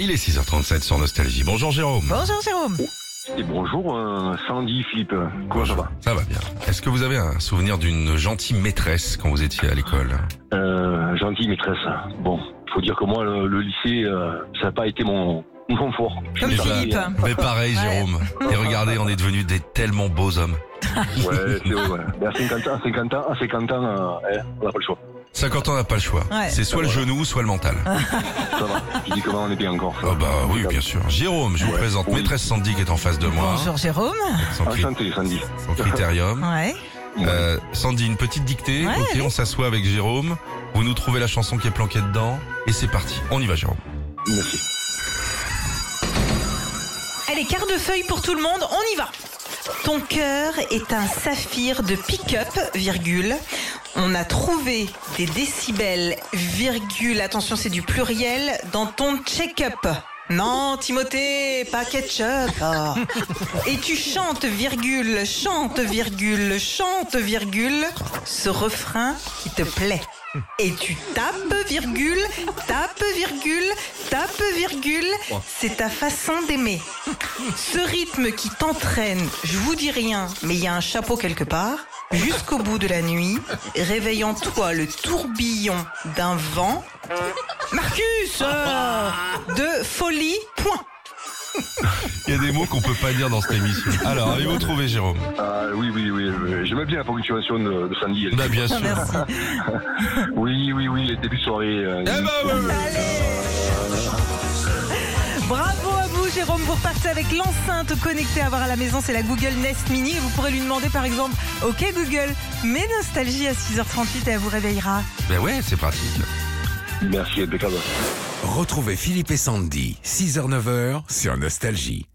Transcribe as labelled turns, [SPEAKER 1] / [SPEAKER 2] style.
[SPEAKER 1] Il est 6h37 sur Nostalgie. Bonjour Jérôme.
[SPEAKER 2] Bonjour Jérôme.
[SPEAKER 3] Et bonjour euh, Sandy, Philippe, comment ça va
[SPEAKER 1] Ça va bien. Est-ce que vous avez un souvenir d'une gentille maîtresse quand vous étiez à l'école
[SPEAKER 3] euh, Gentille maîtresse. Bon, faut dire que moi, le, le lycée, euh, ça n'a pas été mon, mon fort.
[SPEAKER 2] Comme
[SPEAKER 3] Je suis
[SPEAKER 2] Philippe.
[SPEAKER 3] désolé,
[SPEAKER 1] Mais pareil
[SPEAKER 2] Ouais.
[SPEAKER 1] Jérôme. Et regardez, on est devenus des tellement beaux hommes.
[SPEAKER 3] hein. Ouais, c'est vrai. Mais à 50 ans, à 50 ans, à 50 ans, euh, eh, on n'a pas le choix.
[SPEAKER 1] 50 ans, on n'a pas le choix.
[SPEAKER 2] Ouais. Ah.
[SPEAKER 1] C'est soit le genou, soit le mental.
[SPEAKER 3] Ça va, physiquement, on est bien encore.
[SPEAKER 1] Ah bah oui, bien sûr. Jérôme, je vous
[SPEAKER 3] Ouais.
[SPEAKER 1] présente
[SPEAKER 3] Oui.
[SPEAKER 1] maîtresse Sandy qui est en face de moi.
[SPEAKER 2] Bonjour Jérôme.
[SPEAKER 1] Son, cri-
[SPEAKER 3] Enchanté, Ah, Sandy.
[SPEAKER 1] son critérium.
[SPEAKER 2] Ouais.
[SPEAKER 1] Euh, Sandy, une petite dictée.
[SPEAKER 2] Ouais,
[SPEAKER 1] ok, on s'assoit avec Jérôme. Vous nous trouvez la chanson qui est planquée dedans. Et c'est parti. On y va Jérôme.
[SPEAKER 3] Merci.
[SPEAKER 2] Allez, quart de feuille pour tout le monde, on y va. Ton cœur est un saphir de pick-up, virgule. On a trouvé des décibels, virgule. Attention, c'est du pluriel dans ton check-up. Non, Timothée, pas ketchup. Ah. Et tu chantes, virgule, chante, virgule, chante, virgule, ce refrain qui te plaît. Et tu tapes, virgule, tapes, virgule, tapes, virgule, c'est ta façon d'aimer. Ce rythme qui t'entraîne, je vous dis rien, mais il y a un chapeau quelque part, jusqu'au bout de la nuit, réveillant toi le tourbillon d'un vent. Marcus euh, De folie, point
[SPEAKER 1] Il y a des mots qu'on peut pas dire dans cette émission. Alors, avez-vous trouvé Jérôme
[SPEAKER 3] Ah, oui, oui, oui. oui. J'aimais bien la ponctuation de, de Sandy. elle.
[SPEAKER 1] Bah bien sûr.
[SPEAKER 2] Merci.
[SPEAKER 3] Oui, oui, oui, les débuts de soirée. euh,
[SPEAKER 1] Eh ben oui.
[SPEAKER 2] Bravo à vous, Jérôme. Vous repartez avec l'enceinte connectée à avoir à la maison. C'est la Google Nest Mini. Et vous pourrez lui demander, par exemple, OK Google, mes nostalgies à 6h38 et elle vous réveillera.
[SPEAKER 1] Ben ouais, c'est pratique.
[SPEAKER 3] Merci, impeccable.
[SPEAKER 4] Retrouvez Philippe et Sandy, 6h-9h sur Nostalgie.